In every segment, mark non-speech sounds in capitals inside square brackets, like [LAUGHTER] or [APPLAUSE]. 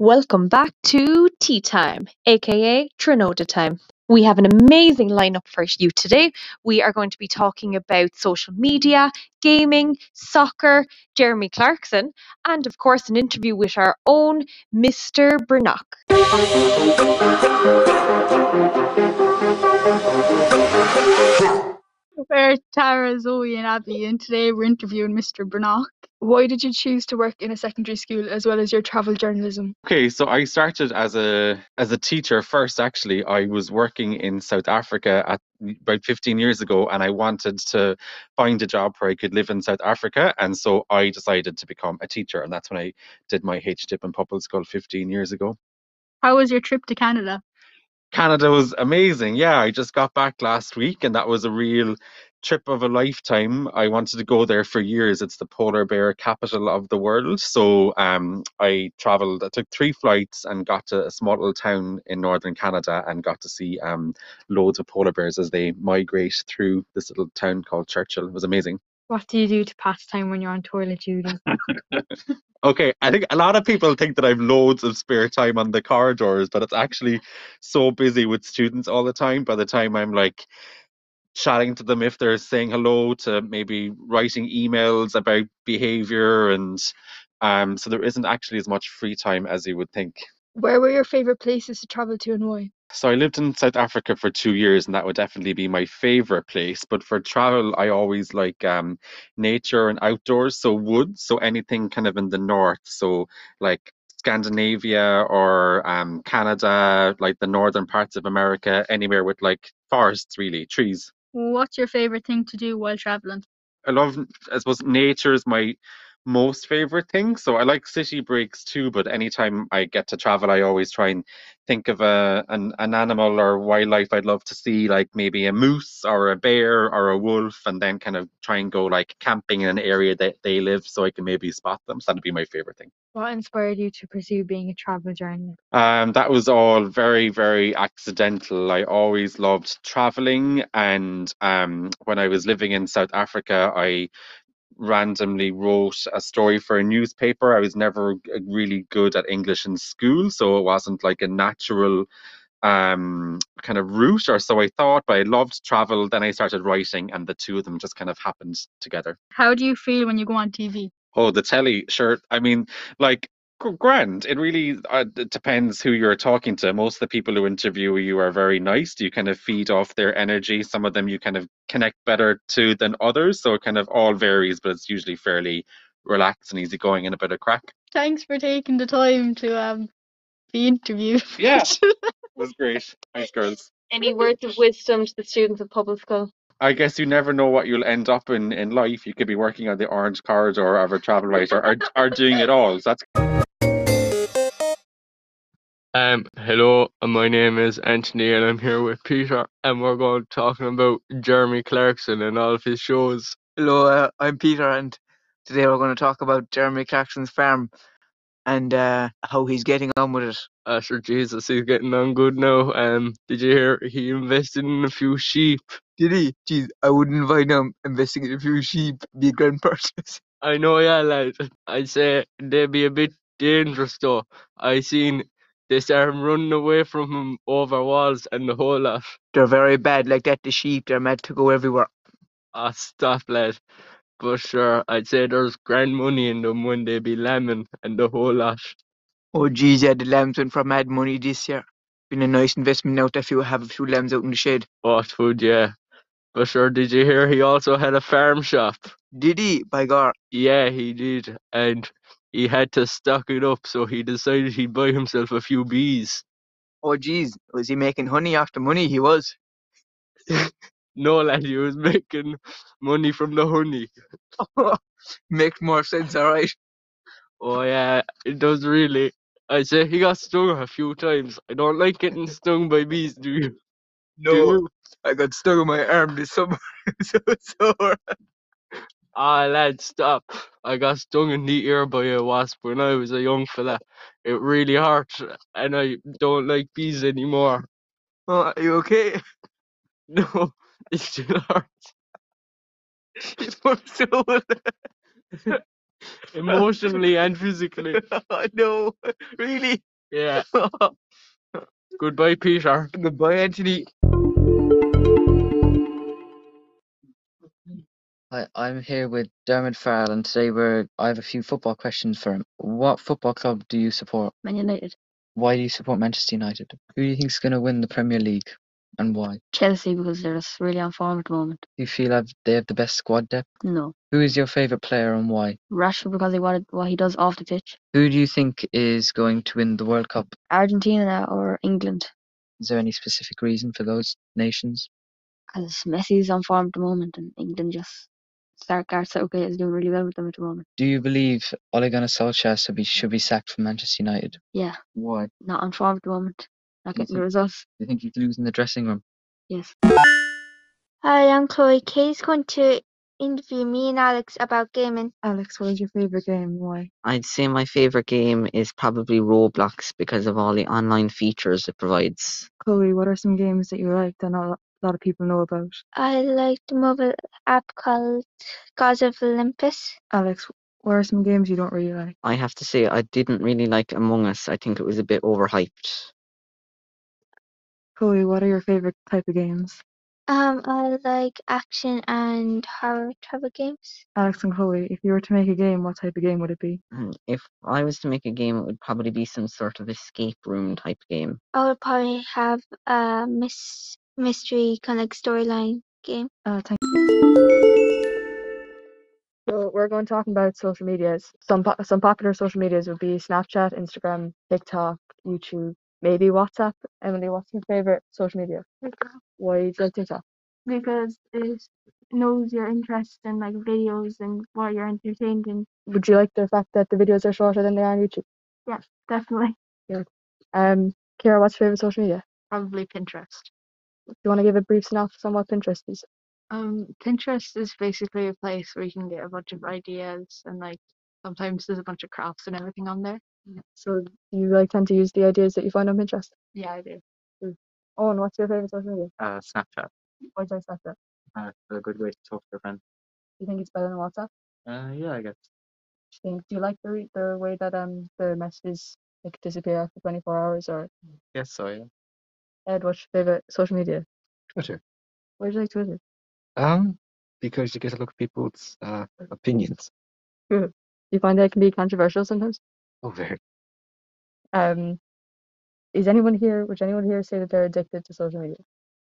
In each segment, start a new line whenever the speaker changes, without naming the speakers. Welcome back to Tea Time, aka Trinoda Time. We have an amazing lineup for you today. We are going to be talking about social media, gaming, soccer, Jeremy Clarkson, and of course, an interview with our own Mr. Brannock.
We're Tara, Zoe, and Abby, and today we're interviewing Mr. Brannock.
Why did you choose to work in a secondary school as well as your travel journalism?
Okay, so I started as a as a teacher first. Actually, I was working in South Africa at about 15 years ago, and I wanted to find a job where I could live in South Africa, and so I decided to become a teacher, and that's when I did my HTIP in Popple School 15 years ago.
How was your trip to Canada?
Canada was amazing. Yeah, I just got back last week, and that was a real trip of a lifetime. I wanted to go there for years. It's the polar bear capital of the world. So um, I traveled, I took three flights and got to a small little town in northern Canada and got to see um, loads of polar bears as they migrate through this little town called Churchill. It was amazing.
What do you do to pass time when you're on toilet duty? [LAUGHS]
okay, I think a lot of people think that I've loads of spare time on the corridors, but it's actually so busy with students all the time. By the time I'm like, chatting to them if they're saying hello to maybe writing emails about behavior and um so there isn't actually as much free time as you would think
Where were your favourite places to travel to and why?
so i lived in south africa for two years and that would definitely be my favorite place but for travel i always like um nature and outdoors so woods so anything kind of in the north so like Scandinavia or um, Canada, like the northern parts of America, anywhere with like forests, really, trees.
What's your favourite thing to do while travelling?
I love, I suppose, nature is my most favorite thing. So I like city breaks too, but anytime I get to travel, I always try and think of a an, an animal or wildlife I'd love to see, like maybe a moose or a bear or a wolf, and then kind of try and go like camping in an area that they live so I can maybe spot them. So that'd be my favorite thing.
What inspired you to pursue being a travel journalist?
Um, that was all very, very accidental. I always loved traveling, and um, when I was living in South Africa, I randomly wrote a story for a newspaper. I was never g- really good at English in school, so it wasn't like a natural um kind of route or so I thought, but I loved travel. Then I started writing and the two of them just kind of happened together.
How do you feel when you go on TV?
Oh, the telly shirt. I mean, like gr- grand. It really uh, d- depends who you're talking to. Most of the people who interview you are very nice. You kind of feed off their energy. Some of them you kind of connect better to than others. So it kind of all varies, but it's usually fairly relaxed and easygoing and a bit of crack.
Thanks for taking the time to um be interviewed.
[LAUGHS]
Yeah, it was great. Thanks, girls.
Any words of wisdom to the students of public school?
I guess you never know what you'll end up in in life. You could be working on the orange corridor of a travel writer or, or doing it all. So that's
Um, hello, and my name is Anthony, and I'm here with Peter, and we're going to talking about Jeremy Clarkson and all of his shows.
Hello, uh, I'm Peter, and today we're going to talk about Jeremy Clarkson's farm and uh, how he's getting on with it.
Uh, sure, Jesus, he's getting on good now. Um, did you hear he invested in a few sheep?
Did he? Jeez, I wouldn't invite him investing in a few sheep. Be a grand purchase. [LAUGHS]
I know, yeah, lad. I'd say they'd be a bit dangerous though. I seen they start running away from him over walls and the whole lot.
They're very bad like that. The sheep they're mad to go everywhere.
Ah, stop, lad. But sure, I'd say there's grand money in them when they be lambing and the whole lot.
Oh jeez, yeah, the lambs went for mad money this year. Been a nice investment now. If you have a few lambs out in the shed,
What food, yeah. But sure, did you hear he also had a farm shop?
did he? By gar,
Yeah, he did. And he had to stock it up, so he decided he'd buy himself a few bees.
oh jeez, was he making honey off the money? He was.
No, lad, he was [LAUGHS] making money from the honey.
Makes more sense, all right.
Oh, yeah, it does really. I say he got stung a few times. I don't like getting stung by bees, do you? [LAUGHS]
No, I got stung on my arm this summer. [LAUGHS] so sore.
Ah, lad, stop. I got stung in the ear by a wasp when I was a young fella. It really hurt, and I don't like bees anymore.
Oh, are you okay? [LAUGHS]
[LAUGHS] No, it's still hurt.
Poor soul.
emotionally and physically.
no, really.
Yeah. [LAUGHS] Goodbye, Peter.
Goodbye, Anthony.
Hi, I'm here with Dermot Farrell, and today we're I have a few football questions for him. What football club do you support?
Man United,
Why do you support Manchester United? Who do you think's going to win the Premier League, and why? Do
Chelsea because they're just really on form at the moment.
you feel have they have the best squad depth?
No,
Who is your favourite player, and why?
Rashford because he wanted what he does off the pitch.
Who do you think is going to win the World Cup?
Argentina or England
Is there any specific reason for those nations?
because Messi's on form at the moment and England just Sark okay is doing really well with them at the moment.
Do you believe Ole Gunnar Solskjaer should be, should be sacked from Manchester United?
Yeah,
Why? Do
not on form at the moment. Not
Do you
getting the
think-
results.
you think he's losing the dressing room?
Yes.
Hi, I'm Chloe. Kay's going to interview me and Alex about gaming.
Alex, what is your favorite game? Why?
I'd say my favorite game is probably Roblox because of all the online features it provides.
Chloe, what are some games that you like that not a lot of people know about?
I like the mobile app called Gods of Olympus.
Alex, what are some games you don't really like?
I have to say, I didn't really like Among Us. I think it was a bit overhyped.
Chloe, what are your favorite type of games?
Um, I like action and horror travel games.
Alex and Chloe, if you were to make a game, what type of game would it be?
Mm, [CLEARS THROAT] If I was to make a game, it would probably be some sort of escape room type game.
I would probably have a mys- mystery kind of like storyline game.
Uh, thank So we're going to talk about social medias. Some po- some popular social medias would be Snapchat, Instagram, TikTok, YouTube, maybe WhatsApp. Emily, what's your favorite social media? Why do you like TikTok?
Because it knows your interest in like videos and what you're entertained in.
Would you like the fact that the videos are shorter than they are on YouTube?
Definitely.
Um, Kira, what's your favorite social media?
Probably Pinterest.
Do you want to give a brief synopsis on what Pinterest is?
Um, Pinterest is basically a place where you can get a bunch of ideas and like sometimes there's a bunch of crafts and everything on there.
So you like tend to use the ideas that you find on Pinterest. Mm.
Yeah, I do.
Owen, what's your favorite social media?
uh, Snapchat.
Why do you like Snapchat?
Uh, it's a good way to talk to your friend.
Do you think it's better than WhatsApp?
Uh, yeah, I guess.
Do you, do you like the re- the way that um the messages like disappear after 24 hours? Or
Yes, so yeah.
Ed, what's your favorite social media?
Twitter.
Why do you like Twitter?
Um, because you get to look at people's uh, opinions.
do you find that it can be controversial sometimes?
Oh, very.
Um, is anyone here? Would anyone here say that they're addicted to social media?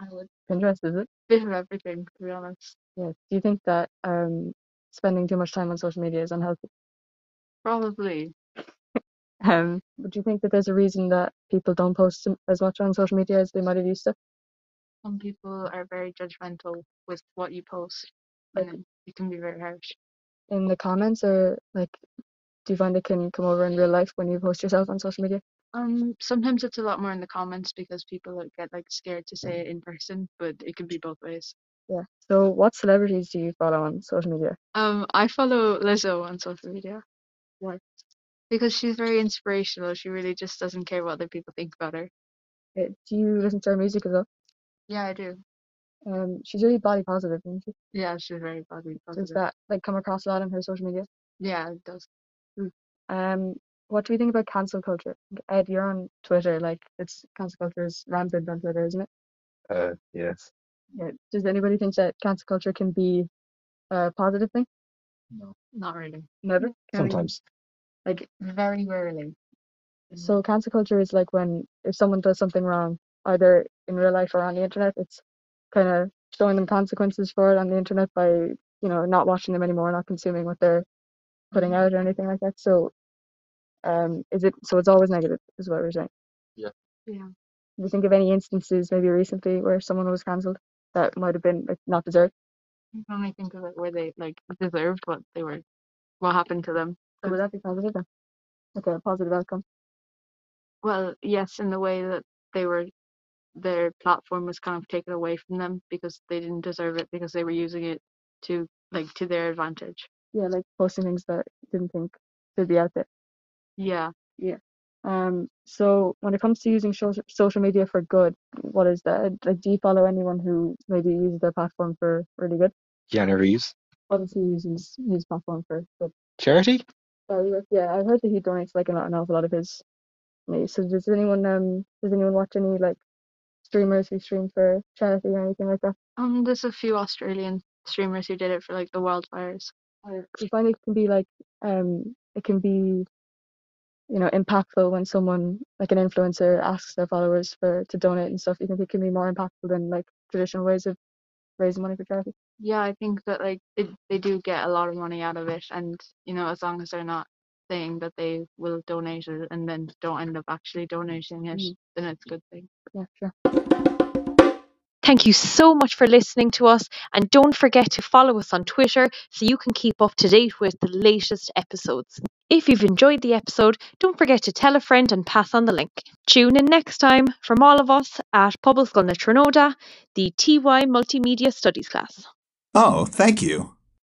I would
Pinterest, is it?
bit of everything to be honest.
Yeah. Do you think that um spending too much time on social media is unhealthy?
Probably.
[LAUGHS] Um, would you think that there's a reason that people don't post m- as much on social media as they might have used to?
Some people are very judgmental with what you post and it, it can be very harsh.
In the comments, or like, do you find it can come over in real life when you post yourself on social media?
Um, sometimes it's a lot more in the comments because people like, get like scared to say it in person, but it can be both ways.
Yeah. So, what celebrities do you follow on social media?
Um, I follow Lizzo on social media. Why? Because she's very inspirational. She really just doesn't care what other people think about her.
Uh, Do you listen to her music as well?
Yeah, I do.
Um, she's really body positive, isn't she?
Yeah, she's very body
Does
positive.
that like come across a lot on her social media?
Yeah, it does.
Um, what do we think about cancel culture? Ed, you're on Twitter. Like, it's cancel culture is rampant on Twitter, isn't it?
Uh, yes.
Yeah. Does anybody think that cancel culture can be a positive thing?
No.
Not really.
Never. Karen?
Sometimes.
Like,
Very rarely.
So cancel culture is like when if someone does something wrong, either in real life or on the internet, it's kind of showing them consequences for it on the internet by, you know, not watching them anymore, not consuming what they're putting out or anything like that. So, um, is it so it's always negative, is what we're saying.
Yeah.
Do you think of any instances maybe recently where someone was cancelled that might have been like not deserved?
I can only think of it where they like deserved what they were, what happened to them.
So would that be positive then? Like a positive outcome?
Well, yes, in the way that they were, their platform was kind of taken away from them because they didn't deserve it because they were using it to like to their advantage.
Yeah, like posting things that you didn't think should be out there.
Yeah.
Yeah. Um, so when it comes to using social social media for good, what is that? Like, do you follow anyone who maybe uses their platform for really good?
Keanu Reeves.
What does he use his, his platform for good?
Charity?
Sorry, Rick. Yeah, I heard that he donates like an, an awful lot of his money. So does anyone um does anyone watch any like streamers who stream for charity or anything like that?
Um, there's a few Australian streamers who did it for like the wildfires.
I find it can be like um it can be you know impactful when someone like an influencer asks their followers for to donate and stuff. You think it can be more impactful than like traditional ways of raising money for charity?
Yeah, I think that like it, they do get a lot of money out of it, and you know, as long as they're not saying that they will donate it and then don't end up actually donating it,
Mm.
then it's a good thing.
Yeah, sure.
Thank you so much for listening to us, and don't forget to follow us on Twitter so you can keep up to date with the latest episodes. If you've enjoyed the episode, don't forget to tell a friend and pass on the link. Tune in next time from all of us at Pobble Scoil na Trinoda, the TY Multimedia Studies class.
Oh, thank you.